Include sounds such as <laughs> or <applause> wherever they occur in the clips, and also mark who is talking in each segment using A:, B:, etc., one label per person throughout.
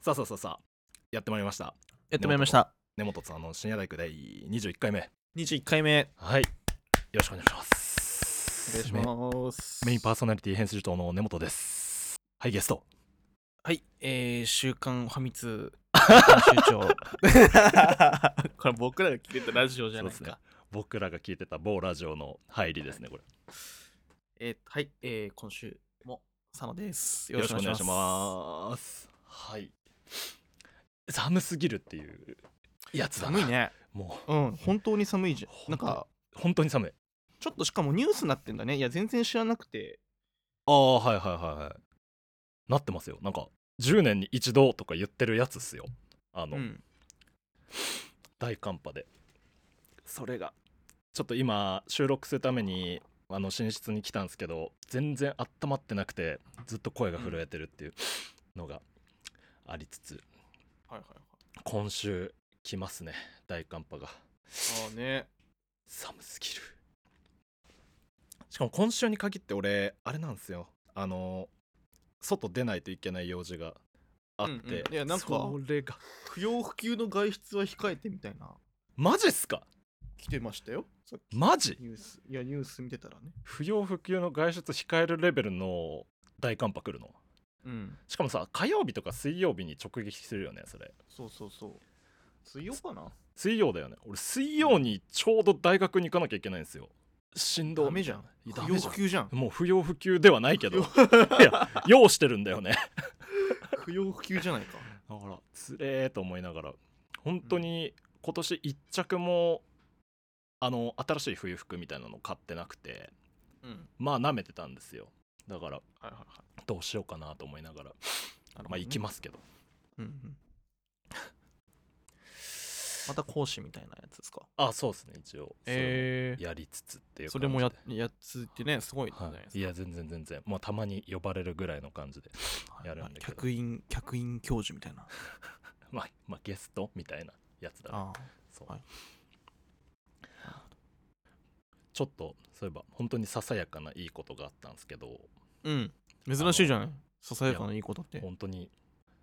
A: さあさあさあさあやってまいりました
B: やってまいりました。
A: 根本さんの深夜大工第21回目
B: 21回目。
A: はいよろしくお願いします
B: お願いします。
A: メインメインパーソナリティ編集長の根本ですはいゲスト
B: はい、えー、週刊ファミ <laughs> 通編集長。 <laughs> これ僕らが聞いてたラジオじゃないで
A: そ
B: す
A: う
B: か。
A: 僕らが聞いてた某ラジオの入りですねこれ
B: えーはい、えー、今週も佐野です。
A: よろしくお願いしますはい寒すぎるっていうやつだな
B: 寒いね。
A: もう
B: うん、本当に寒いじゃん。
A: ほ
B: なんん
A: と
B: か、
A: 本当に寒い
B: ちょっとしかもニュースになってんだね。いや、全然知らなくて。
A: ああはいはいはいはいなってますよなんか10年に一度とか言ってるやつっすよあ
B: う
A: の、
B: ん。
A: 大寒波でそれがちょっと今収録するためにあの寝室に来たんですけど全然温まってなくてずっと声が震えてるっていうのがありつつ
B: はいはいはい。
A: 今週来ますね大寒波が
B: ああね。
A: 寒すぎるしかも今週に限って俺あれなんですよあの外出ないといけない用事があって、
B: うんうんいやなんか
A: それが
B: 不要不急の外出は控えてみたいな。
A: マジっすか
B: 来てましたよ。さっき
A: マジ
B: ニュース。いや、ニュース見てたらね。
A: 不要不急の外出控えるレベルの大寒波来るの
B: うん。
A: しかもさ火曜日とか水曜日に直撃するよねそれ
B: そうそうそう。水曜かな
A: 水曜だよね俺水曜にちょうど大学に行かなきゃいけないんですよしんどい
B: ダメじゃん
A: いや。ダ
B: 不
A: メ
B: 要
A: じゃ
B: 不急じゃん
A: ん。もう不要不急ではないけど
B: <laughs>
A: いや用してるんだよね
B: 不要不急じゃないか。
A: だからつれーと思いながら本当に今年一着もあの新しい冬服みたいなの買ってなくて
B: <laughs> うん。
A: まあ舐めてたんですよだから
B: はいはいはい。
A: どうしようかなと思いながらまあ行き
B: ま
A: ますけど
B: うんうん。また講師みたいなやつですか。
A: あそうですね一応それ
B: え
A: もやりつつっていう感じで
B: それもややつってね、すごいじゃ
A: は
B: ないです
A: い、
B: か。
A: いや全然全然もうたまに呼ばれるぐらいの感じで <laughs>
B: は
A: やるんだけど
B: 客員、客員教授みたいな。
A: まあ、まあ、ゲストみたいなやつだ、ね、
B: あ
A: そう、
B: はい
A: ちょっとそういえば本当にささやかないいことがあったんですけど
B: あ。うん。珍しいじゃないささやかないいことって。ちょ
A: 本当に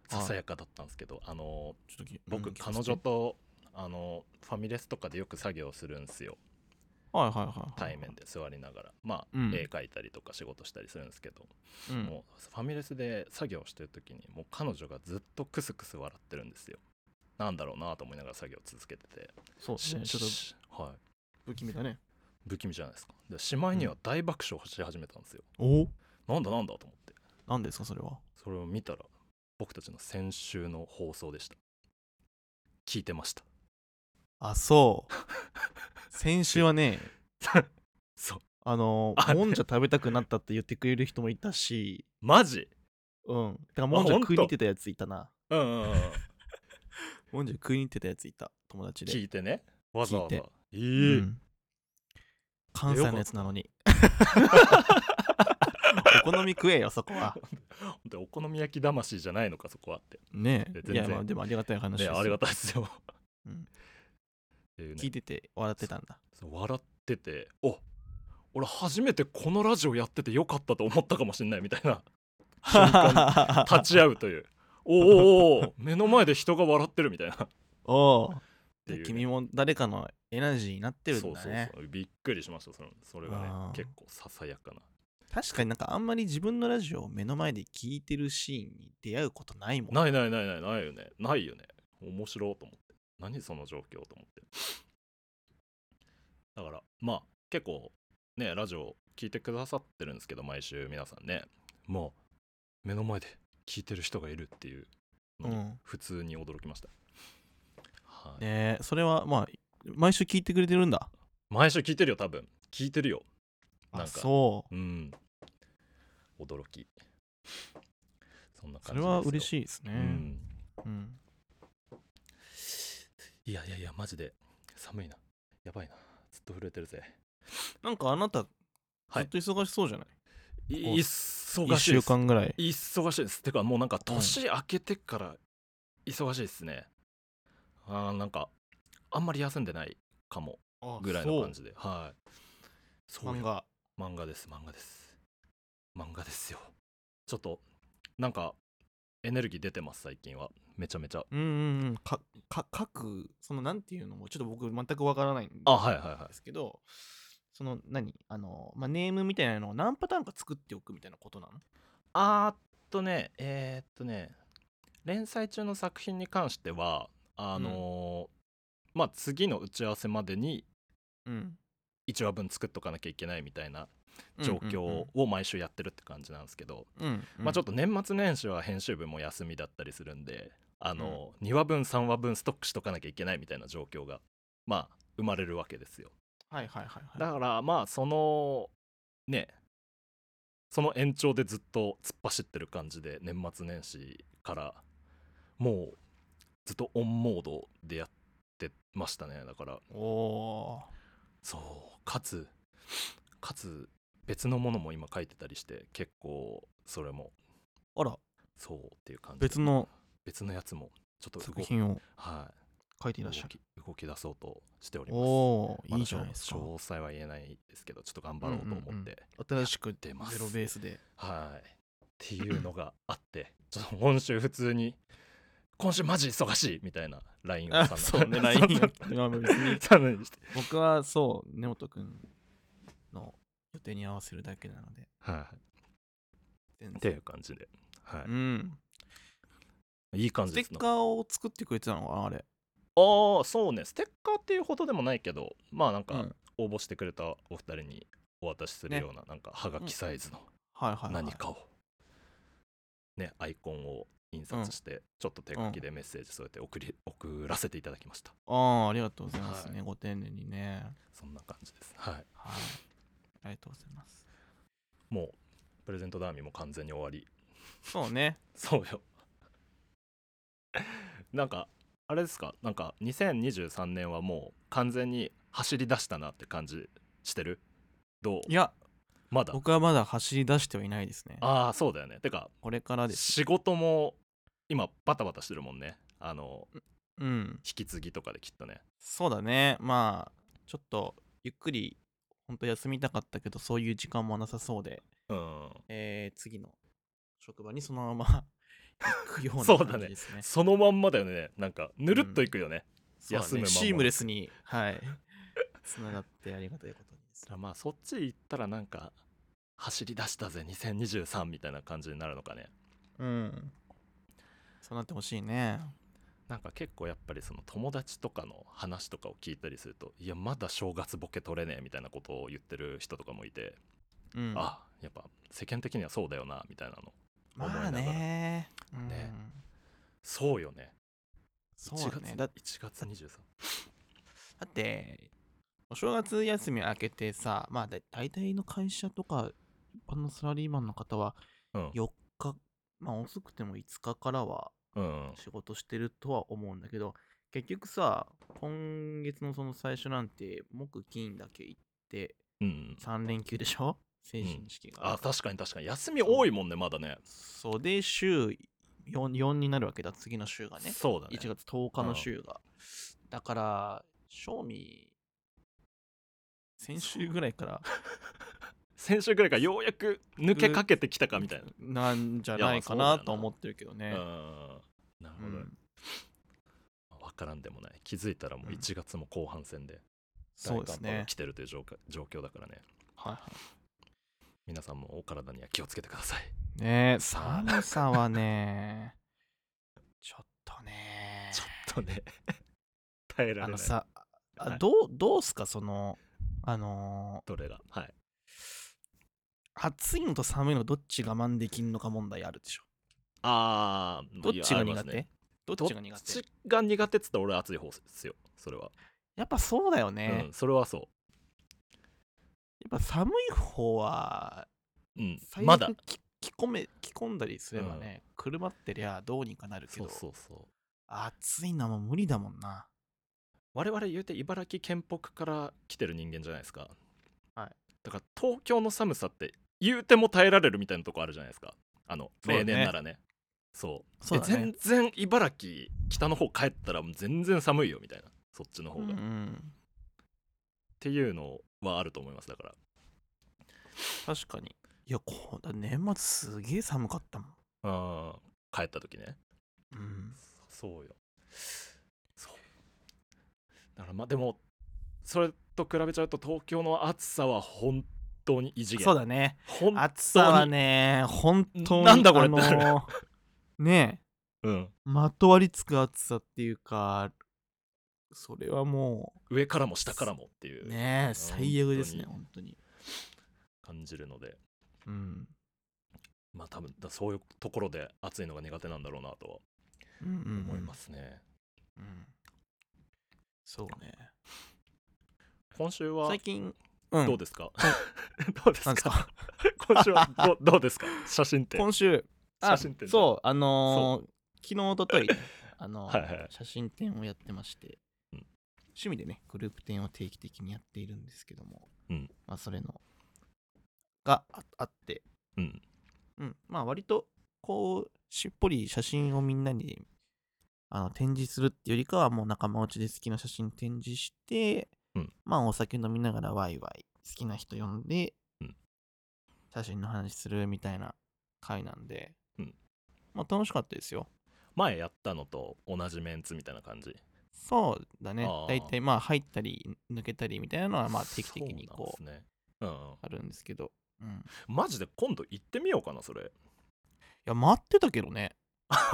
A: ささやかだったんですけど、あの
B: っとき
A: 僕、
B: うん聞か
A: 彼
B: せて
A: 女とあのファミレスとかでよく作業するんですよ
B: はいはいはいはい。
A: 対面で座りながらまあ、
B: うん
A: 絵描いたりとか仕事したりするんですけど、
B: うん。
A: もうファミレスで作業してる時にもう彼女がずっとクスクス笑ってるんですよなんだろうなと思いながら作業続けてて
B: そうね。ちょっと
A: しはい
B: 不気味だね。
A: 不気味じゃないですかでしまいには大爆笑し始めたんですよ、
B: お
A: なんだなんだと思って
B: なんですか、それは。
A: それを見たら僕たちの先週の放送でした聞いてました <laughs>
B: あ、そう。先週はね、
A: そう
B: あの
A: あ
B: もんじゃ食べたくなったって言ってくれる人もいたし、
A: マジ
B: うん。てか、もんじゃ
A: ほんと
B: 食いに行ってたやついたな。
A: うんうん、うん、
B: もんじゃ食いに行ってたやついた、友達
A: <laughs>
B: で。
A: 聞いてねわざわざ
B: 聞
A: え
B: い
A: え
B: うん関西のやつな
A: <laughs>
B: のに。お好み食えよ、そこは。
A: でお好み焼き魂じゃないのかそこはって
B: ね
A: 全
B: え。
A: 然
B: いや、まあ、でもありがたい話で
A: ね
B: す。
A: ありがたいですよ、
B: うん
A: っていうね
B: 聞いてて笑ってたんだ。
A: そう笑っててお俺初めてこのラジオやっててよかったと思ったかもしれないみたい
B: <laughs>
A: な瞬間に立ち会うというおーおーおー目の前で人が笑ってるみた
B: <laughs>
A: いなっ
B: おう
A: ていうね、
B: 君も誰かのエナジーになってるんだね。
A: そうそうそうびっくりしましたそのそれがね
B: あー
A: 結構ささやかな
B: 確かになんかあんまり自分のラジオを目の前で聞いてるシーンに出会うことないもん。
A: ないないないないないよねないよね面白いと思って何その状況と思ってだからまあ結構ねラジオ聞いてくださってるんですけど毎週皆さんねもう目の前で聞いてる人がいるっていうの
B: う
A: に
B: ん
A: 普通に驚きました、はい
B: ねえ、それはまあ、毎週聞いてくれてるんだ。
A: 毎週聞いてるよ多分聞いてるよなん
B: あ、
A: か
B: そう。
A: うん驚きそんな
B: そ
A: 感じ
B: れは
A: ですよ
B: 嬉しいですね。
A: うん
B: うん
A: いやいやいや、マジで寒いな。やばいな。ずっと震えてるぜ。
B: なんかあなた、ず
A: はい
B: っと忙しそうじゃない、
A: い
B: お一
A: 忙しいで
B: 週
A: す。
B: 間ぐらい。
A: 忙しいです。てか、もうなんか年明けてから忙しいですね。あーなんか、あんまり休んでないかもぐらいの感じで。はい。そう
B: 漫
A: よ
B: 画。
A: 漫画です、漫画です。漫画ですよ。ちょっと、なんか、エネルギー出てます最近はめちゃめちゃ
B: うんうんうんかか書くそのなんていうのもちょっと僕全くわからないんで
A: あはいはいはい
B: すけどその何あの、まあ、ネームみたいなのを何パターンか作っておくみたいなことなの
A: あーっとねえーっとね連載中の作品に関してはあのーまあ次の打ち合わせまでに
B: うん
A: 1話分作っとかなきゃいけないみたいな状況を毎週やってるって感じなんですけど、まあちょっ
B: と
A: と年末年始は編集部も休みだったりするんであのー、2話分3話分ストックしとかなきゃいけないみたいな状況がまあ生まれるわけですよ
B: はいはいはい
A: だ
B: はい
A: からまあそのねその延長でずっと突っ走ってる感じで年末年始からもうずっとオンモードでやってましたねだから
B: おお
A: そうかつかつ別のものも今書いてたりして結構それも
B: ーあら
A: そうっていう感じで
B: 別の
A: 別のやつもちょっと動
B: 作
A: き
B: 品を
A: は
B: 書いて
A: い
B: いら
A: 動
B: っしゃる
A: き動き出そうとしております
B: おお
A: まだ
B: いいじゃないですか
A: 詳細は言えないですけどちょっと頑張ろうと思って、
B: うんうんうん新しくゼ
A: 出
B: ロ
A: ます
B: ベースで
A: はい。っていうのがあって、ちょっと今週普通に、今週マジ忙しいみたいな LINE を
B: あ
A: さん
B: <laughs> そうね
A: さん
B: LINE が今別に
A: さんにして。
B: <laughs> 僕はそう根本君の予定に合わせるだけなので
A: はい。
B: 全
A: って
B: 然
A: いう感じで。は
B: うん
A: い。いい感
B: ス
A: じ
B: テ
A: です
B: ッ
A: な。
B: カーを作ってくれてたのかなあれ
A: ああ、そうね。ステッカーっていうほどでもないけど、まあなん
B: う
A: か
B: ん
A: 応募してくれたお二人にお渡しするような、なんかはがきサイズの
B: はいはいはい
A: 何かを、ね、アイコンを印刷して、ちょっと手書きでメッセージ添えて送り、送らせていただきました。
B: ああ、ありがとうございますね。ご丁寧にね。
A: そんな感じです。はい。
B: はい。ありがとうござい
A: <laughs>
B: ます。
A: もう、プレゼントダーミーも完全に終わり、 <laughs>
B: そうね。
A: そうよ。 <laughs> なんかあれですかなんか2023年はもう完全に走り出したなって感じしてるどう
B: いや、
A: まだ
B: 僕はまだ走り出してはいないですね。
A: ああそうだよねてか
B: これからです。
A: 仕事も今バタバタしてるもんねあの
B: うん。
A: 引き継ぎとかできっとね
B: そうだね。まあ、ちょっと、ゆっくり、ほんと休みたかったけど、そういう時間もなさそうで、
A: うん
B: えー、次の職場にそのまま <laughs> 行くよう
A: そう
B: な
A: だ
B: 感
A: ね
B: じですね。
A: そのまんまだよねなんかぬるっといくよね、
B: そうだね
A: 休むまま
B: シームレスに、はい。 <laughs> つながってありがたいことにですね。
A: まあそっち行ったらなんか走り出したぜ2023みたいな感じになるのかね
B: うん。そうなってほしいね。
A: なんか結構やっぱりその友達とかの話とかを聞いたりするといやまだ正月ボケ取れねえみたいなことを言ってる人とかもいて、
B: うん。
A: あやっぱ世間的にはそうだよなみたいなの思いなが
B: ま
A: ら
B: あね
A: ね
B: うん
A: そうよね
B: そうだねだ
A: 1月1月23
B: だってお正月休み明けてさまあだ大体の会社とか一般のサラリーマンの方は
A: うん
B: 4日まあ遅くても5日からは
A: うん
B: 仕事してるとは思うんだけど結局さ今月のその最初なんて木金だけ行って
A: うん
B: 3連休でしょ成人式が、
A: あ確かに確かに休み多いもんねまだね
B: そうで週 4, 4になるわけだ次の週がね
A: そうだね
B: 1月10日
A: う
B: の
A: ん
B: 週が。だから、賞味、先週ぐらいから
A: 先週ぐらいからようやく抜けかけてきたかみたい
B: なんじゃないか
A: いやまあそうだよ
B: な
A: な
B: と思ってるけど
A: な、
B: ね。
A: うんなる
B: う
A: ほど、
B: ん
A: 分からんでもない気づいたらもう1月も後半戦で
B: そうで
A: 大
B: す
A: 寒波が
B: ね。
A: 来てるという状況状況だからね
B: はいはい
A: 皆さんもお体には気をつけてくだ
B: <laughs>
A: さい
B: ねえ寒さはね、ちょっとね、
A: ちょっとね、耐えら
B: あ
A: れない。
B: のさ、
A: は
B: あ
A: い
B: どうどうすか、その、あの
A: どれがはい。
B: ー、暑いのと寒いのどっち我慢できんのか問題あるでしょ。
A: あー、
B: どっちが苦手、
A: いや
B: どっ
A: どっ
B: ちが苦手
A: ちが苦手っつったら俺は熱い方ですよ、それは。
B: やっぱそうだよね。
A: うん、それはそ
B: やっぱ寒い方は
A: う。うん、
B: 最
A: まだ
B: 悪。き着込め着込んだりすればね、車ってりゃどうにかなるけ
A: そ
B: ど
A: うそうそう。
B: 暑いのはもう無理だもんな
A: 我々言うて茨城県北から来てる人間じゃないですか。
B: はい。
A: だから東京の寒さって言うても耐えられるみたいなとこあるじゃないですか。あの、
B: そう
A: 例
B: だね
A: 年ならね。そう。
B: そうだね
A: で全然茨城北の方帰ったらもう全然寒いよみたいな。そっちの方
B: う
A: が。
B: ん
A: っ
B: うん
A: ていうのはあると思います。だから。
B: 確かにいやこうだ年末すげえ寒かったもん
A: あー帰った時ね
B: うん。
A: そうよそうだからまあでもそれと比べちゃうと東京の暑さは本当に異次元
B: そうだね。
A: ほん
B: 暑さはね、本当に。
A: なんだこれ
B: あのーねえ、
A: うん、
B: まとわりつく暑さっていうか、それはも、
A: 上からも下からもっていうう
B: ねえ、最悪ですね、
A: 本
B: 本当に。
A: 感じるので、
B: うん。
A: まあ多分だそういうところで暑いのが苦手なんだろうなとは
B: うんうんうん
A: 思いま。すね、
B: うんそうね。
A: 今週は
B: 最近、うん
A: どうですか、 <laughs> どうです
B: な
A: か
B: んですか
A: 今週は
B: <laughs>
A: どどうですか写真って
B: 今週、
A: 写真展
B: そう、あのー昨日、おととい、あのー
A: はいはい
B: 写真展をやってまして、
A: うん
B: 趣味でね、グループ展を定期的にやっているんですけども、
A: うん
B: まあ、それの、がああって、
A: うん
B: うん、まあ、割と、こう、しっぽり写真をみんなにあの展示するっていうよりかは、もう仲間内で好きな写真展示して、
A: うん
B: まあ、お酒飲みながらワイワイ、好きな人呼んで、
A: うん
B: 写真の話するみたいな回なんで、
A: うん
B: まあ、楽しかったですよ。
A: 前やったのと同じメンツみたいな感じ
B: そうだね
A: あー。
B: 大体まあ入ったり抜けたりみたいなのはまあ定期的にこ
A: そう
B: う
A: なんですねうんうん、
B: あるんですけど。うん、
A: マジで今度行ってみようかなそれ <laughs>
B: いや待ってたけどね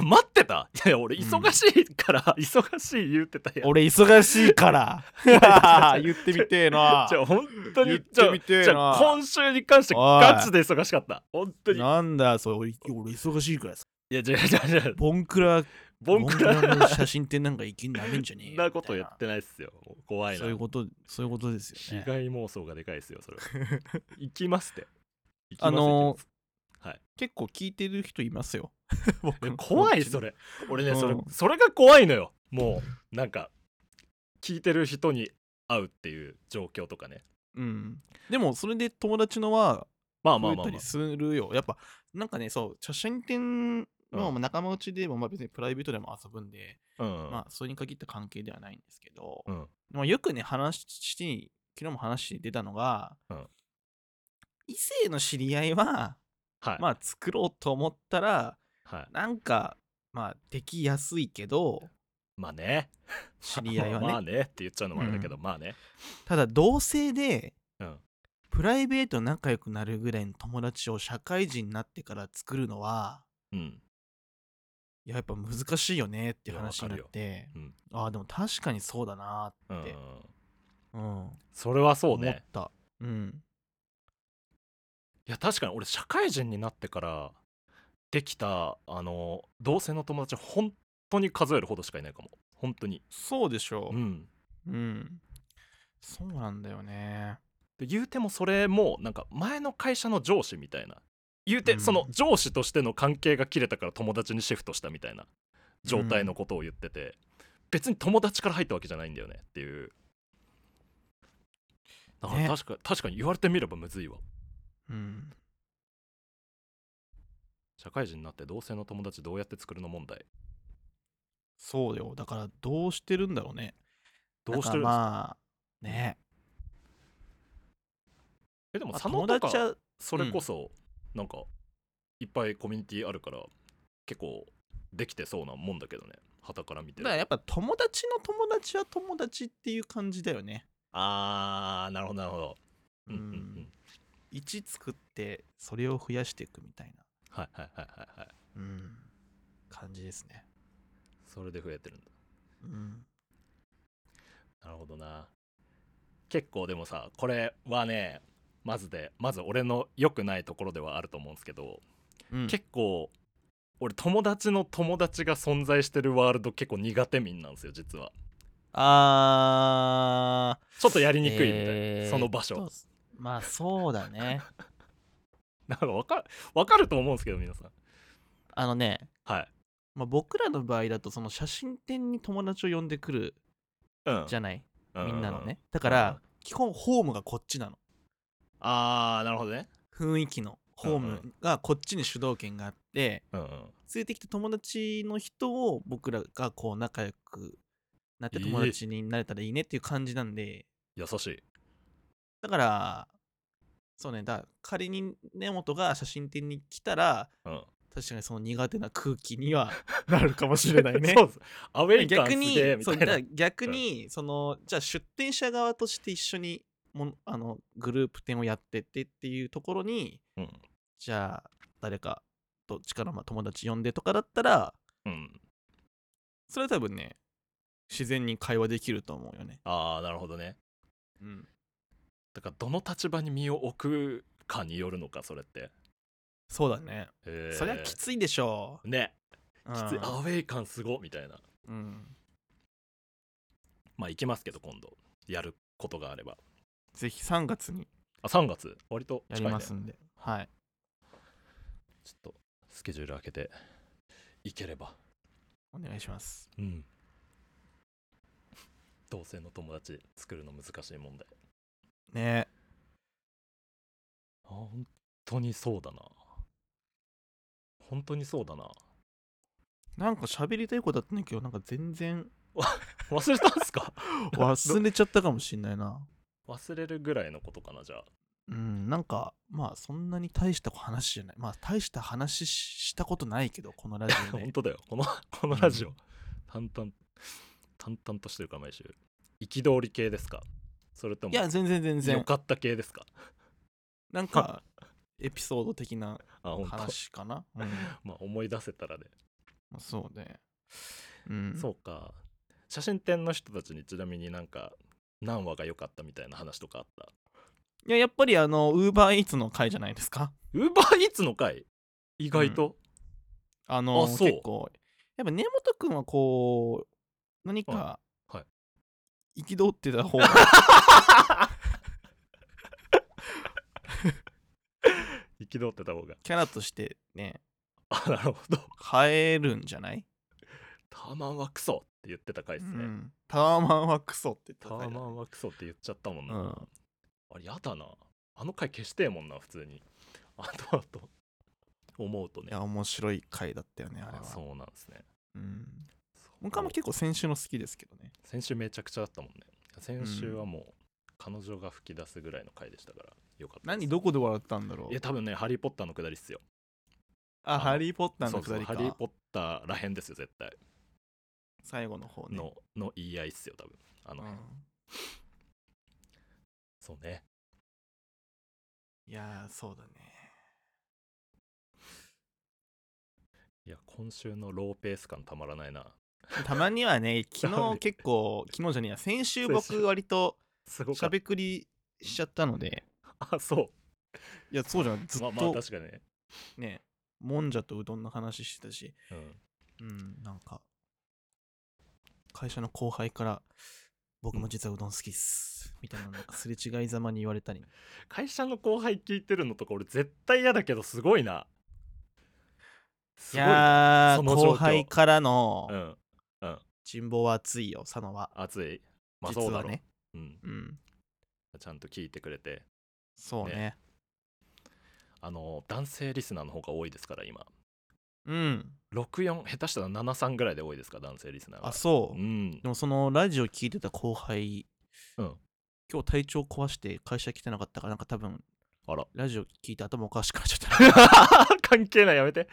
A: 待ってたいや俺忙しいから、忙しい言うてたやん
B: 俺忙しいから
A: <laughs> や
B: <laughs> 言ってみてえな
A: じゃあ本当
B: 言っ
A: に
B: て
A: じゃ
B: みてえ
A: あ
B: な
A: じゃあ今週に関してガチで忙しかった本当に
B: なんだそれ俺俺忙しいからさ
A: いやじゃあじゃあじゃあ
B: ボンクラ
A: ボンクラ
B: ボンの写真展なんかいきなめんじゃねえよ
A: そん <laughs> なこと言っ
B: み
A: てないっすよもう怖
B: たい
A: い
B: な
A: な
B: そういうことそういうことですよ
A: 被
B: ね
A: 害妄想がでかいですよそれは <laughs> 行きますって行きます
B: あ
A: 行
B: のー
A: きますはい
B: 結構聞いてる人いますよ
A: え
B: 僕の
A: 怖いそれ俺ねそれ
B: うん
A: それが怖いのよもうなんか聞いてる人に会うっていう状況とかね
B: うんでもそれで友達のは
A: まあま
B: 増
A: あ
B: え
A: まあま
B: たり
A: あ
B: するよ。やっぱ、なんかね、そう、写真展の
A: うん
B: 仲間内でも、まあ別にプライベートでも遊ぶんで、
A: うんうん
B: まあそれに限った関係ではないんですけど、
A: うん
B: まあ、よくね、話して、昨日も話して出たのが、
A: うん
B: 異性の知り合いは、
A: はい
B: まあ作ろうと思ったら、
A: はい
B: なんか、まあできやすいけど、
A: まあね
B: 知り合いはね
A: <laughs> まあねって言っちゃうのもあれだけど
B: う
A: まあね
B: ただ同性で、
A: うん
B: プライベート仲良くなるぐらいの友達を社会人になってから作るのは、
A: うん
B: いややっぱ難しいよねっていう話になって、
A: いやわかるよ
B: ああでも確かにそうだな
A: う
B: って
A: ん
B: うん、
A: それはそう
B: 思っ
A: ね
B: たうん
A: いや確かに俺社会人になってからできたあの同性の友達本当に数えるほどしかいないかも本当に
B: そうでしょ
A: う
B: う、
A: ん
B: うんそうなんだよね
A: で言うてもそれもなんか前の会社の上司みたいな言うて、
B: うん
A: その上司としての関係が切れたから友達にシフトしたみたいな状態のことを言ってて、別に友達から入ったわけじゃないんだよねっていうだから
B: ね
A: 確か,、確かに言われてみればむずいわ
B: うん
A: 社会人になって同性の友達どうやって作るの問題
B: そうよだからどうしてるんだろうね
A: どうしてるんですか、
B: だからまあね
A: えでも
B: まあ
A: 佐野とか
B: 友達は
A: それこそ、なんかいっぱいコミュニティあるから結構できてそうなもんだけどね旗から見て
B: だ
A: る
B: からやっぱ友達の友達は友達っていう感じだよね
A: あーなるほどなるほどうんうんう
B: うん
A: ん
B: 1作ってそれを増やしていくみたいな、
A: はいはいはいはいはい
B: うん、感じですね
A: それで増えてるんだ
B: うん
A: なるほどな結構でもさこれはねまずでまず俺の良くないところではあると思うんですけど、
B: うん
A: 結構俺友達の友達が存在してるワールド結構苦手民なんですよ実は
B: あー
A: ちょっとやりにくいみたいな、
B: えー
A: その場所
B: とまあそうだね
A: なんかわかるわかると思うんですけど皆さん
B: あのね、
A: はい
B: まあ、僕らの場合だとその写真展に友達を呼んでくる
A: うん
B: じゃない、
A: う
B: みんなの
A: うう
B: ねだから基本ホームがこっちなの
A: ああなるほどね
B: 雰囲気の
A: うん
B: ホー
A: う
B: ムがこっちに主導権があって
A: うんうん
B: 連れてきた友達の人を僕らがこう仲良くなって
A: いい
B: 友達になれたらいいねっていう感じなんで、
A: 優しい
B: だからそうねだから仮に根本が写真展に来たら
A: うん
B: 確かにその苦手な空気にはなるかもしれない
A: <laughs>
B: ね
A: そうですアウェイ感
B: 逆
A: す
B: に
A: げえみ
B: そ
A: た
B: う
A: い
B: だか
A: な
B: ら逆にそのじゃあ出店者側として一緒にものあのグループ店をやってってっていうところに
A: うん
B: じゃあ誰かどっちからまあ友達呼んでとかだったら
A: うん
B: それは多分ね自然に会話できると思うよね、
A: ああなるほどね
B: うん、
A: だからどの立場に身を置くかによるのかそれって
B: そうだね、
A: へー
B: そりゃきついでしょ
A: ね
B: う
A: きついアウェイ感すごみたいな
B: うん、うん、
A: まあ行きますけど今度やることがあれば
B: ぜひ3月に
A: あ3月割と
B: や
A: 近い、
B: り
A: ね、
B: ますんで、はい
A: ちょっとスケジュール開けていければ
B: お願いします
A: うん同性の友達作るの難しい問題
B: ね
A: あ本当にそうだな本当にそうだな
B: なんか喋りたいことだったんだけどなんか
A: <laughs>
B: 全然
A: 忘れたんすか
B: 忘れちゃったかもしんないな
A: <laughs> 忘れるぐらいのことかなじゃあ
B: うんなんかまあそんなに大した話じゃないまあ大した話ししたことないけどこのラジオ
A: <laughs> 本
B: で
A: 当だよこのこのラジオ、
B: うん
A: 淡々淡々としてるか毎週憤り系ですかそれとも
B: いや全然全
A: よ
B: 然
A: かった系ですか
B: なんかエピソード的な
A: あ本当
B: 話かな、うん
A: まあ思い出せたらね、
B: まあそうねうん
A: そうか写真展の人たちにちなみになんか何話が良かったみたいな話とかあった
B: いややっぱりあのウーバーイーツの回じゃないですか
A: ウーバーイーツの回意外と、
B: あの
A: あそう
B: 結構やっぱ根本くんはこう何か
A: はいは
B: 憤って
A: <laughs>
B: た方が
A: 憤ってた方が
B: キャラとしてね
A: あなるほど
B: 映えるんじゃない、
A: ターマンはクソって言ってた回
B: う
A: ですね、
B: ん、タワマンはクソって言って
A: タ
B: た
A: ー
B: 回だ
A: マンはクソって言っちゃったもんな、
B: うん
A: あれやだなあの回消してえもんな普通に <laughs> あとあと思うと
B: い
A: ね
B: や面白い回だったよねあれは
A: あそうなんですね
B: うん、僕はもう結構先週の好きですけどね
A: 先週めちゃくちゃだったもんね先週はもう彼女が吹き出すぐらいの回でしたからよかったです
B: 何どこで笑ったんだろ
A: いうや多分ね「ハリー・ポッター」のくだりっすよあ
B: あ
A: の
B: ハリー・ポッター
A: そ
B: の
A: う
B: く
A: そ
B: だ
A: う
B: り
A: ハ
B: か
A: リー・ポッターらへんですよ絶対
B: 最後の方ね
A: のの言い合いっすよ多分あの、
B: うん、
A: そうね
B: いやーそうだね
A: いや今週のローペース感たまらないな
B: たまに
A: <laughs>
B: はね昨
A: ダ
B: 日
A: メ
B: 結構昨日じゃねえや先週
A: 先週
B: 僕割と
A: すご
B: し
A: か
B: ゃ
A: った
B: べくりしちゃったので
A: <laughs> あそう
B: いやそうじゃないずっ
A: ま
B: と
A: あまあ確かにね、
B: ねもんじゃとうどんの話してたし
A: うん、
B: うんなんか会社の後輩から僕も実はうどん好きっす、みたいなのなんかすれ違いざまに言われたり
A: 会社の後輩聞いてるのとか俺絶対嫌だけどすごいなす
B: い
A: ごいな
B: や
A: そ
B: ー
A: の状況
B: 後輩からの
A: うん
B: 人望は熱いよ佐野は、
A: 熱いまあ
B: 実
A: そうだ
B: は
A: ろう、
B: ね
A: うん、
B: うん
A: ちゃんと聞いてくれて
B: そうね
A: あの男性リスナーの方が多いですから今
B: うん
A: 64下手したら73ぐらいで多いですか男性リスナーが
B: あそう、
A: うん
B: でもそのラジオ聞いてた後輩、
A: うん
B: 今日体調壊して会社来てなかったからなんか多分
A: あら
B: ラジオ聞いて頭おかしくなっち
A: <laughs>
B: ゃった
A: 関係ないやめて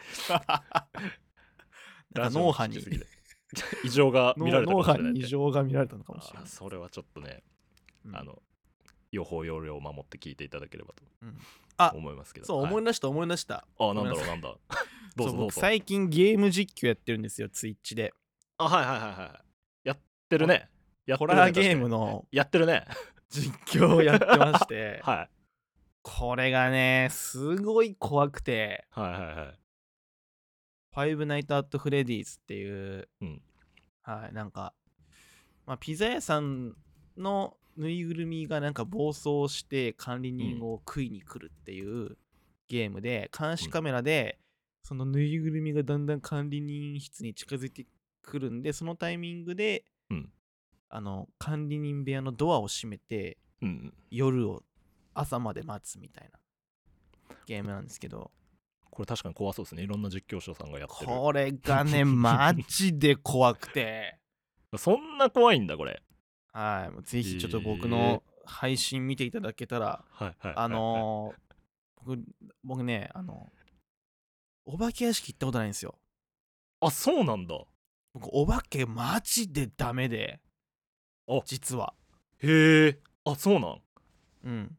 B: なんか脳波に
A: ラジオの聞きすぎで異常が見られたか
B: 脳
A: もし
B: 波
A: れないっ
B: に
A: て
B: 異常が見られたのかもしれな
A: あ
B: い
A: ー、それはちょっとね、
B: うん
A: あの予報要領を守って聞いていただければ
B: うんあ
A: と思いますけど、
B: そう
A: はい
B: 思い出した思い出した
A: あなんだろうなんだどう
B: そ
A: ぞど
B: う
A: う
B: 僕
A: ぞ
B: 最近ゲーム実況やってるんですよツイッチで
A: あはいはいはいはいやってるねやって
B: ホ
A: るね
B: ラーゲーム
A: 確か
B: の
A: にやってるね
B: <laughs> 実況をやってまして
A: <laughs> はい
B: これがねすごい怖くて
A: はいはいはい
B: 「ファイブナイト・アット・フレディーズ」っていう、
A: うん
B: はいなんか、まあ、ピザ屋さんのぬいぐるみがなんか暴走して管理人を食いに来るっていうゲームで、監視カメラでそのぬいぐるみがだんだん管理人室に近づいてくるんでそのタイミングで、
A: うん
B: あの管理人部屋のドアを閉めて
A: うん
B: 夜を朝まで待つみたいなゲームなんですけど
A: これ確かに怖そうですねいろんな実況者さんがやってる
B: これが
A: <laughs>
B: ねマジで怖くて
A: そんな怖いんだこれ
B: はいもうぜひちょっと僕の配信見ていただけたら、
A: はいはいはいはい
B: あのー僕僕ねあのお化け屋敷行ったことないんですよ
A: あそうなんだ
B: 僕お化けマジでダメで
A: あ
B: 実は
A: へえあそうなん
B: うん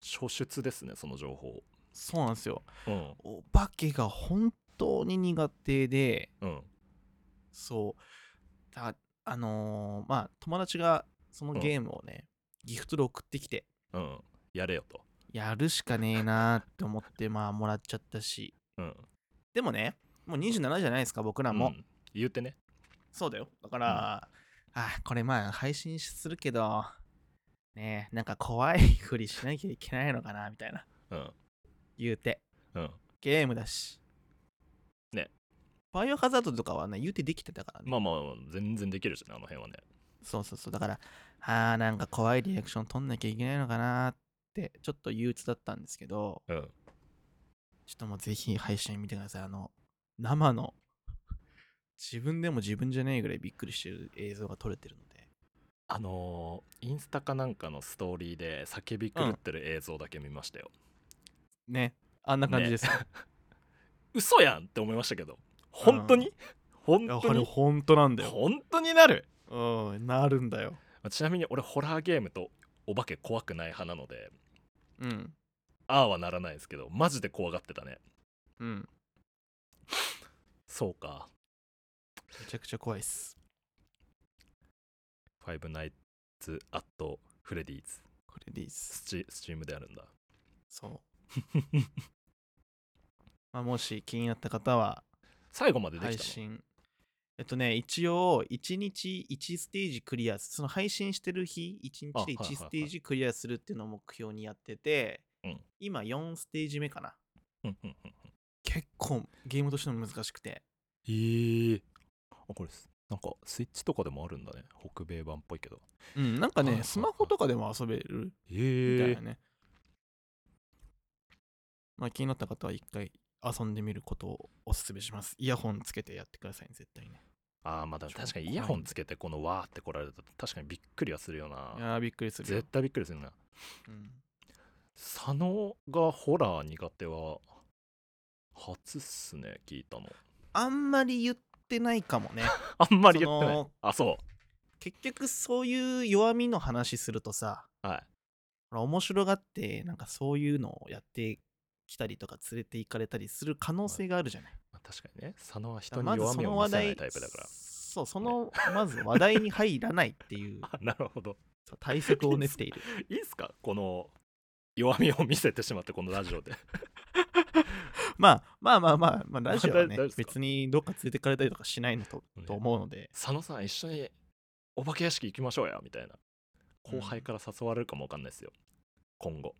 A: 初出ですねその情報
B: そうなんですよ
A: うん
B: お化けが本当に苦手で
A: うん
B: そうだあのーまあ友達がそのゲームをね、ギフトで送ってきて
A: うんやれよと
B: やるしかねえなーって思ってまあもらっちゃったし
A: うん
B: でもねもう27じゃないですか僕ら
A: う
B: も、
A: ん言うてね
B: そうだよだから、あこれまあ配信するけどねえなんか怖いふりしなきゃいけないのかなみたいな
A: うん
B: 言うて
A: うん
B: ゲームだし
A: ね
B: バイオハザードとかはね言うてできてたからね
A: まあまあ全然できるしねあの辺はね
B: そうそうそう。だから、あーなんか怖いリアクション取んなきゃいけないのかなーって、ちょっと憂鬱だったんですけど、
A: うん
B: ちょっともうぜひ配信見てください。あの、生の、自分でも自分じゃねえぐらいびっくりしてる映像が撮れてるので。
A: あのーインスタかなんかのストーリーで叫び狂ってる映像だけ見ましたよ、
B: ね。あんな感
A: <laughs>
B: じです。
A: 嘘やんって思いましたけど本当に、
B: いや
A: 本当
B: これ
A: に
B: 本当なんだよ。
A: 本当になる
B: うん、なるんだよ。
A: ちなみに俺ホラーゲームとお化け怖くない派なので
B: うん。
A: ああはならないですけどマジで怖がってたね
B: うん。
A: そうか
B: めちゃくちゃ怖いっす。
A: 「ファイブナイツ・アット・フレディーズ
B: これでいいっ」す。
A: スチスチームであるんだ
B: そう。
A: <laughs>
B: まあ、もし気になった方は、
A: 最後までで
B: 配
A: きたの
B: 信えっとね一応1日1ステージクリアその配信してる日1
A: あ
B: 日
A: は
B: で
A: いはい
B: 1
A: はい
B: ステージクリアするっていうのを目標にやってて、
A: うん
B: 今4ステージ目かな
A: うんうんうん
B: 結構ゲームとしても難しくて
A: えー、あこれすなんかスイッチとかでもあるんだね北米版っぽいけど
B: うんなんか
A: はいはい
B: ね
A: はい
B: スマホとかでも遊べる
A: え
B: みた
A: ー
B: いなね、まあ気になった方は一回遊んでみることをおすすめしますイヤホンつけてやってくださいね絶対ね
A: ああまあでも確かにイヤホンつけてこのわーって来られたら確かにびっくりはするよない
B: やーびっくりするよ
A: 絶、対びっくりするな
B: うん
A: 佐野がホラー苦手は初っすね聞いたの
B: あんまり言ってないかもね
A: <laughs> あんまり言ってな
B: そ
A: い
B: の
A: あそ
B: 結局そういう弱みの話するとさ
A: うはい
B: ほら面白がってなんかそういうのをやってきたりとか連れて行かれたりする可能性があるじゃない、
A: まあ確かにね佐野は
B: だ
A: 人
B: か
A: に
B: らまず
A: 弱
B: そ
A: み
B: の
A: を
B: 話
A: 見せない
B: 題
A: タイプだから
B: そう
A: <laughs>
B: そのまず話題に入らないっていう
A: あなるほど
B: そう対策を練っ
A: <laughs>
B: ている
A: いいっすかこの弱みを見せてしまってこのラジオで
B: まあまあまあまあ、まあ、ラジオは
A: <laughs> 大
B: ね
A: 丈夫ですか
B: 別にどっか連れて行かれたりとかしないのと,、
A: ね
B: と思うので
A: 佐野さん一緒にお化け屋敷行きましょうやみたいな後輩から誘われるかもわかんないですよ今後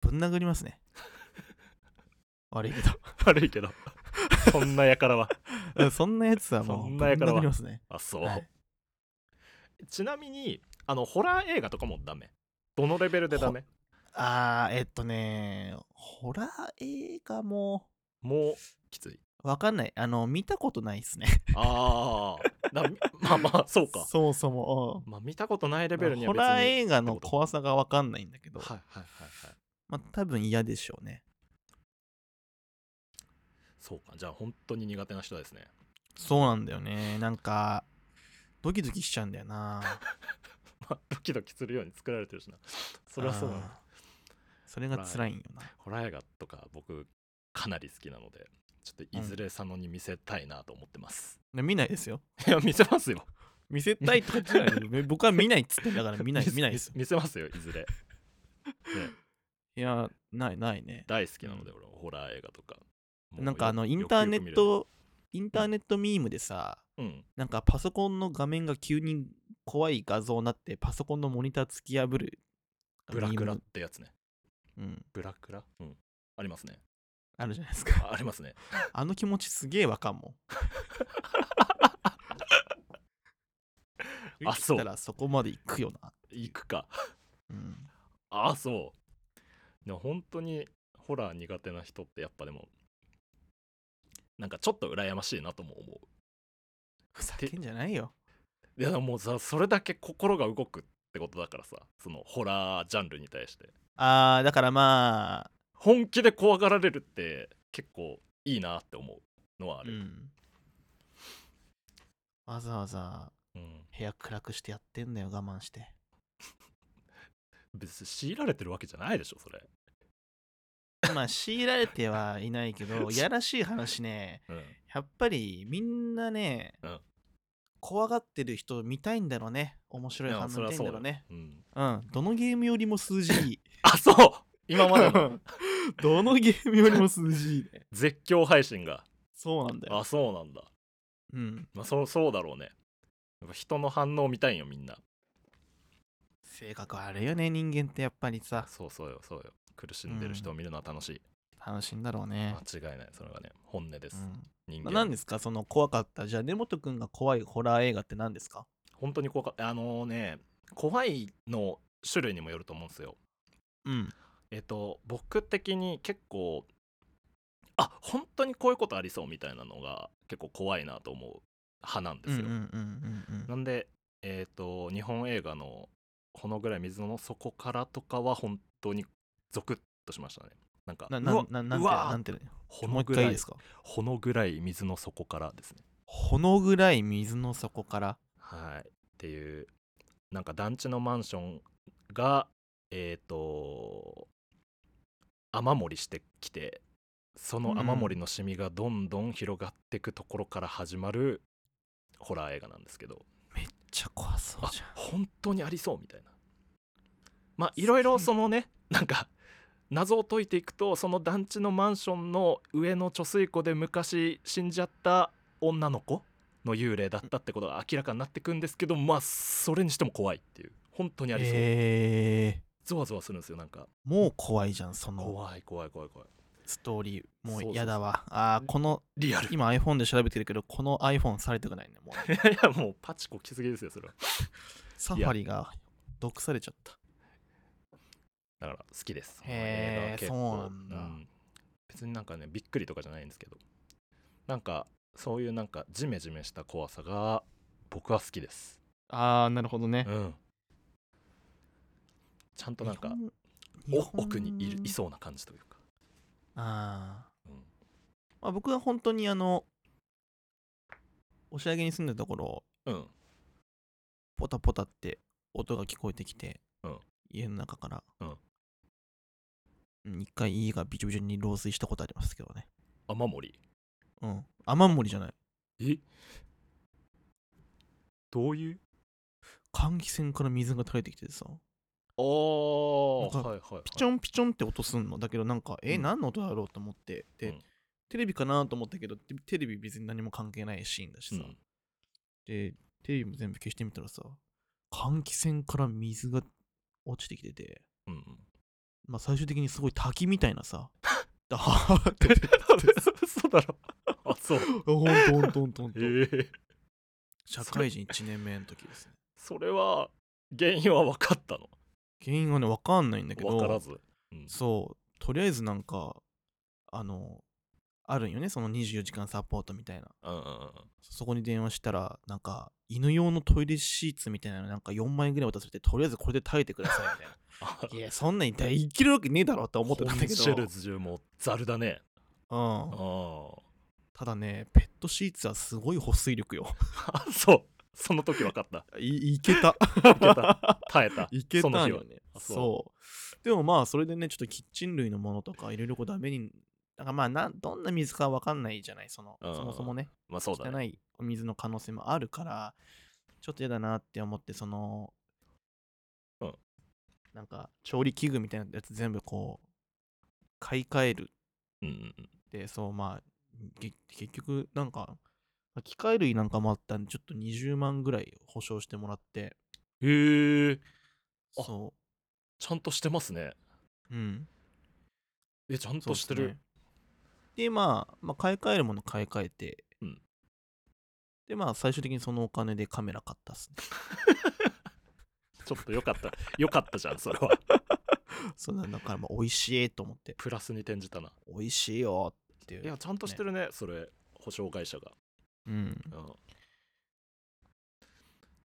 B: ぶん殴りますね悪いけ
A: <laughs> 悪い <laughs> けどそんなやからは
B: ど
A: <laughs>
B: そんなやつは
A: そ
B: もうんぶ
A: なんやからは
B: 殴りますね
A: あそう、
B: はい
A: ちなみにあのホラー映画とかもダメどのレベルでダメ
B: あー、えっとね、ホラー映画も、
A: もうきつい
B: わかんない。あの、見たことないっすね。 <laughs>
A: ああまあまあそうか
B: そもそも。うん
A: まあ見たことないレベルには
B: ホ
A: 別に
B: ラー映画の
A: ってこと
B: 怖さがわかんないんだけど、
A: はいはいはいはい
B: まあ多分嫌でしょうね。
A: そうかじゃあ本当に苦手な人ですね <laughs>
B: そうなんだよね。なんか、ドキドキしちゃうんだよな。
A: まあドキドキするように作られてるしな <laughs> それはそうだな
B: あーそれが辛いんよな。
A: ホラー映画とか僕かなり好きなのでちょっといずれ佐野に見せたいなと思ってます、
B: で見ないですよ。
A: いや見せますよ
B: 見せたいとかじゃない。僕は見ないっつってんだから見ない、見ないです
A: <laughs>
B: よ。
A: 見せますよいずれ、ね、
B: いや、ない、ないね。
A: 大好きなので俺ホラー映画とかもう
B: なんかあの、
A: よ
B: インターネッ
A: よくよ
B: ト、インターネットミームでさ、
A: く見るうん
B: なんかパソコンの画面が急に怖い画像になってパソコンのモニター突き破る。
A: ブラクラっ
B: ミ
A: てやつね
B: ームうん。
A: ブラクラうんありますね
B: あるじゃ <laughs> ないですか。
A: あありますね
B: あの気持ちすげえわかん <laughs> もん。
A: あそう
B: 生きてたらそこまで行くよな。
A: 行くか
B: うん。
A: ああそうでも本当にホラー苦手な人ってやっぱでもなんかちょっと羨ましいなとも思
B: ふざけんじゃないよ。
A: ういやでももうさそれだけ心が動くってことだからさそのホラージャンルに対して
B: あー、だからまあ、
A: 本気で怖がられるって結構いいなって思うのはあ
B: う
A: る、
B: ん、わざわざ
A: うん
B: 部屋暗くしてやってんだよ我慢して
A: 別に強いられてるわけじゃないでしょそれ、
B: まあ強いられてはいないけ <laughs> どいやらしい話ね
A: うん、
B: やっぱりみんなね、
A: うん
B: 怖がってる人見たいんだろうね面白い
A: いや
B: 反応見
A: それは
B: たいん
A: そうだ
B: だろうね
A: うん、
B: うんどのゲームよりも数字いい
A: あ <laughs> そう今まで
B: <laughs>
A: の
B: どのゲームよりも数字いいね
A: 絶叫配信が
B: そうなんだよ
A: あそうなんだ
B: うん
A: まあそうそうだろうねやっぱ人の反応見たいよみんな
B: 性格あるよね人間ってやっぱりさ
A: そうそうよそうよ苦しんでる人を見るのは楽しい、
B: 楽しいんだろうね、
A: 間違いないそれはね本音です、
B: うん
A: 人
B: ま
A: 間
B: あ、何ですかその怖かったじゃあ根本くんが怖いホラー映画って何ですか
A: 本当に怖かあのね怖いの種類にもよると思うんですよ
B: うん
A: えっと僕的に結構あ本当にこういうことありそうみたいなのが結構怖いなと思う派なんですよ、
B: うんうんうんうんう
A: なんんでえっ、と日本映画の「このぐらい水の底から」とかは本当にゾクッとしましたねなんか
B: な
A: う
B: な
A: わ
B: ななん
A: う
B: て
A: わ
B: なんて
A: ほ
B: もう
A: の
B: 一
A: ぐ
B: 回い
A: らい
B: いですか
A: ほのぐらい水の底からですね
B: ほのぐらい水の底から
A: はい、っていうなんか団地のマンションがえっ、と雨漏りしてきてその雨漏りのシミがどんどん広がっていくところから始まるホラー映画なんですけど
B: めっちゃ怖そう
A: あ
B: じゃん
A: 本当にありそうみたいなまあいろいろそのねなんか謎を解いていくとその団地のマンションの上の貯水湖で昔死んじゃった女の子の幽霊だったってことが明らかになってくんですけどまあそれにしても怖いっていう本当にありそう、
B: えー
A: ゾワゾワするんですよなんか
B: もう怖いじゃんその
A: 怖い怖い怖い怖い
B: ストーリー
A: そ
B: も
A: うそうそう
B: うやだわあーこの
A: リアルい
B: 今 iPhone で調べてるけどこの iPhone されたくないねも <laughs> う
A: やいやもうパチコ来すぎですよそれは
B: サファリが毒されちゃった
A: だから好きです
B: へー
A: この映画は
B: そうなんだ
A: 別になんかねびっくりとかじゃないんですけどなんかそういうなんかジメジメした怖さが僕は好きです
B: あーなるほどね
A: うんちゃんとなんか
B: 日
A: お
B: 本
A: 奥にいるい
B: 日本
A: そうな感じというか、
B: あー
A: うん
B: まあ僕は本当にあの押上げに住んでた頃
A: うん、
B: ポタポタって音が聞こえてきて、
A: うん
B: 家の中から、
A: うん
B: うん一回家がびちょびちょに漏水したことありますけどね
A: 雨漏り
B: うん雨漏りじゃない
A: えどういう
B: 換気扇から水が垂れてきてさ
A: ああ
B: なんか
A: はいはい、はい、
B: ピチョンピチョンって音すんのだけどなんかえ、
A: うん
B: 何の音だろうと思ってで、
A: うん
B: テレビかなと思ったけどテテレビ別に何も関係ないシーンだしさ、
A: うん
B: でテレビも全部消してみたらさ換気扇から水が落ちてきてて
A: うん
B: <laughs>
A: うん
B: まあ最終的にすごい滝みたいな <laughs> さダーって出てきて
A: 嘘だろあ
B: <laughs>
A: そう
B: ほんとほんとほんとほん
A: え
B: と
A: ー、
B: <laughs> 社会人1年目の時ですね。
A: それは原因は分かったの
B: 原因はね、わかんないんだけ
A: 分から
B: ど、
A: ず、うん
B: そう、とりあえずなんか、あの、あるんよね、その24時間サポートみたいな。
A: うんうんうんうん
B: そこに電話したら、なんか、犬用のトイレシーツみたいなのなんか4枚ぐらい渡されて、とりあえずこれで耐えてくださいみたいな。
A: <laughs> あ
B: いや、そんなに耐え生きるわけねえだろって思ってたんだけ
A: コンシェ
B: ど、
A: ルジュもザルだね
B: うん、
A: あ
B: ただね、ペットシーツはすごい保水力よ。
A: <laughs> あ <laughs> そうその時分かった
B: いいけた。
A: いけ <laughs> た耐えた
B: <laughs> いけた
A: その
B: ん
A: 日
B: よ
A: は
B: ね。
A: あ
B: そ
A: そうう
B: でもまあ、それでね、ちょっとキッチン類のものとか、いろいろこうダメに、だからまあなん、どんな水かわかんないじゃない、その、
A: うん
B: そもそもね、
A: まあそうだ
B: 汚
A: ね
B: いお水の可能性もあるから、ちょっと嫌だなって思って、その、
A: うん
B: なんか、調理器具みたいなやつ全部こう、買い替える
A: うんうんうん
B: って、そう、まあ、げ結局、なんか、まあ機械類なんかもあったんで、ちょっと20万ぐらい保証してもらって、
A: へえあ
B: そ
A: ちゃんとしてますね
B: う、うん。
A: えちゃん
B: そう
A: としてる
B: で、まあ、まあ、買い替えるもの買い替えて、
A: うん
B: で、まあ、最終的にそのお金でカメラ買ったっす
A: <laughs>
B: ね。
A: ちょっとよかったよかったじゃんそれ <laughs> は
B: そうなんだから、まあ、美味しいと思って、
A: プラスに転じたな
B: 美味しいよっていう。
A: いやちゃんとしてるねそれ保証会社が
B: うん。
A: うん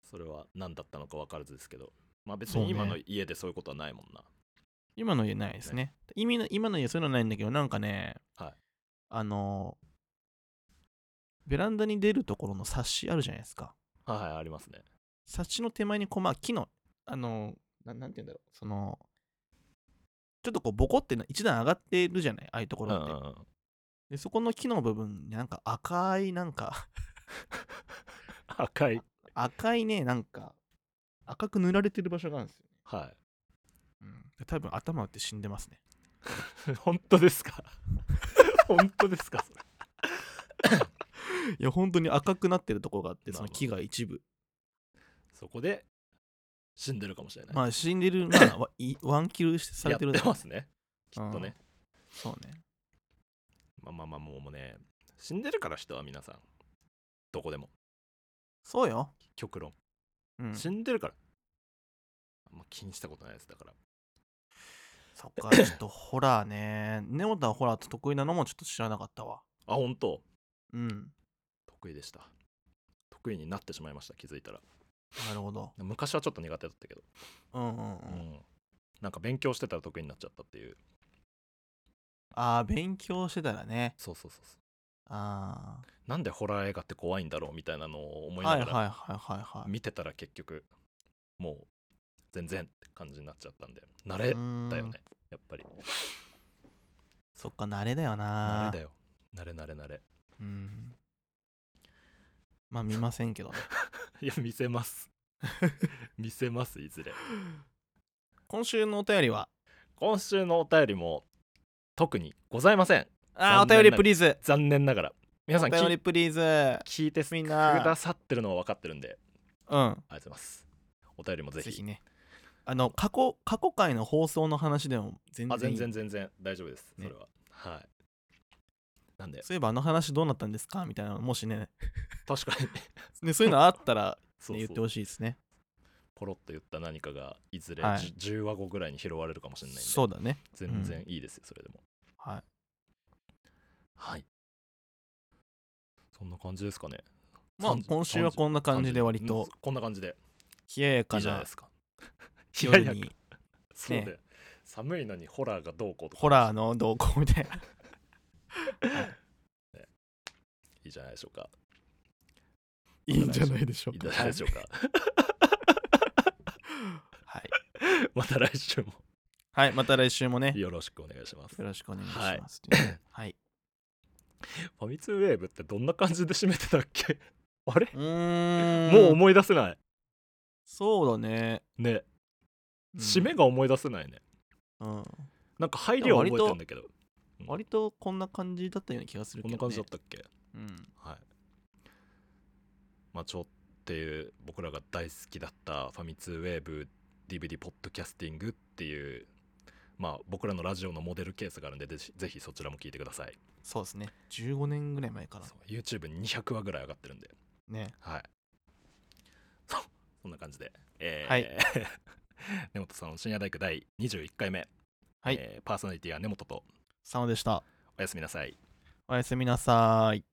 A: それは何だったのか分からずですけどまあ別
B: そう
A: に
B: ね
A: 今の家でそういうことはないもんな
B: 今の家ないですね。意味の今の家そういうのないんだけど、なんかね、
A: はい
B: あの、ベランダに出るところの冊子あるじゃないですか。
A: はいはいありますね
B: 冊子の手前にこう、まあ、木の、あの、ななんて言うんだろう、その、ちょっとこう、ボコってな一段上がってるじゃない、ああいうところって。
A: うんうんうん
B: で、そこの木の部分になんか赤い、なん <laughs> か、
A: 赤い
B: 赤いね、なんか、赤く塗られてる場所があるんですよ。
A: は
B: うん、で多分頭打って死んでますね。
A: い <laughs> 本当ですか本当ですかそれ
B: いや、本当に赤くなってるところがあって、
A: まあ
B: そ
A: まあ
B: の木が一部。
A: そこで死んでるかもしれない、
B: まあ、死んで <laughs> る、まあ、わいワンキルされて
A: や
B: るだ
A: ってますねきっとね、
B: そうね。
A: まあまあまあもうもうね死んでるから人は皆さんどこでも
B: そうよ。
A: 極論、
B: うん、
A: 死んでるからあんま気にしたことないですだから
B: そっか、ちょっとホラーね。ネオタはホラーって得意なのもちょっと知らなかったわ。
A: あ本当
B: うん。
A: 得意でした得意になってしまいました気づいたら
B: なるほど。
A: 昔はちょっと苦手だったけど、
B: うんうんうん。
A: うんなんか勉強してたら得意になっちゃったっていう
B: ああ、勉強してたらね。
A: そうそうそうそう
B: あ
A: なんでホラー映画って怖いんだろうみたいなのを
B: あ。
A: 思い
B: は
A: ないが
B: はい
A: ら
B: はいはいはい。
A: 見てたら結局もう全然って感じになっちゃったんで慣れだよ
B: うーん
A: ねやっぱり
B: そっか、慣れだよな。
A: 慣れだよ慣れ慣れ慣 <laughs> れ
B: うん。まあ、見ません <laughs> けどね。
A: いや見せます <laughs> 見せますいずれ
B: 今週のお便りは、
A: 今週のお便りも特にございません
B: ああ、お
A: 残念な
B: 便りプリーズ。
A: 残念ながら皆さ
B: お
A: ん聞
B: 便
A: い
B: りプリーズ。
A: 聞いて
B: みん
A: く
B: な
A: ださってるのは分かってるんで
B: うん。
A: ありがとうございますお便りもぜ
B: ぜ
A: ひ
B: ひね。あの、過去、過去回の放送の話でも全
A: あ
B: 然い
A: 全然
B: い
A: 全然大丈夫です、
B: ね
A: それははいなんで
B: そういえばあの話どうなったんですかみたいなのもしね
A: 確かに
B: ねそういうのあったら、ね、
A: <laughs> そう
B: 言っ
A: そ
B: てほ
A: う
B: しいですね。
A: ポロッと言った何かがいずれ
B: はい
A: じゅ 10,、話後ぐらいに拾われるかもしれないんで
B: そうだね。
A: 全然いいですよそれでも、
B: はい。
A: はいそんな感じですかね
B: まあ
A: 30
B: 今週はこんな感じで
A: 30
B: 割
A: うん
B: と
A: こんな感じで
B: 冷やや
A: い
B: か
A: いじゃない
B: な
A: ですかい
B: 夜
A: やいや
B: に
A: そうだよ
B: ね
A: 寒いのにホラーがどうこうとか
B: ホラーの動向みたいな。
A: いいじゃないでしょうか
B: いいんじゃないでし
A: <laughs>
B: ょ
A: いうい
B: か。
A: じゃないでしょうか
B: <laughs> はい。
A: また来週も
B: はい。また来週もね、
A: よろしくお願いします
B: よろしくお願いし
A: はい
B: ます。ということではい。
A: ファミツウェーブってどんな感じで締めてたっ
B: <laughs>
A: けあれ
B: うーん。
A: もう思い出せない
B: そうだね。
A: ね、
B: うん
A: 締めが思い出せないね
B: うん。
A: なんか入りは覚えてんだけど
B: 割とこんな感じだったような気がする
A: こ
B: け
A: ん
B: ど、
A: な
B: ね。
A: 感じだったっけ
B: うん。
A: はいまあちょっていう僕らが大好きだったファミツウェーブ DVD ポッドキャスティングっていうまあ僕らのラジオのモデルケースがあるんでぜひぜひそちらも聞いてください
B: そうですね。15年ぐらい前から
A: そう YouTube に200話ぐらい上がってるんで
B: ね。
A: はい。 <laughs> そそんな感じで、えー、
B: はい
A: <laughs> 根本さんの深夜大工第21回目、
B: はい
A: えーパーソナリティは根本と
B: 佐野でした。
A: おやすみなさい。
B: おやすみなさーい。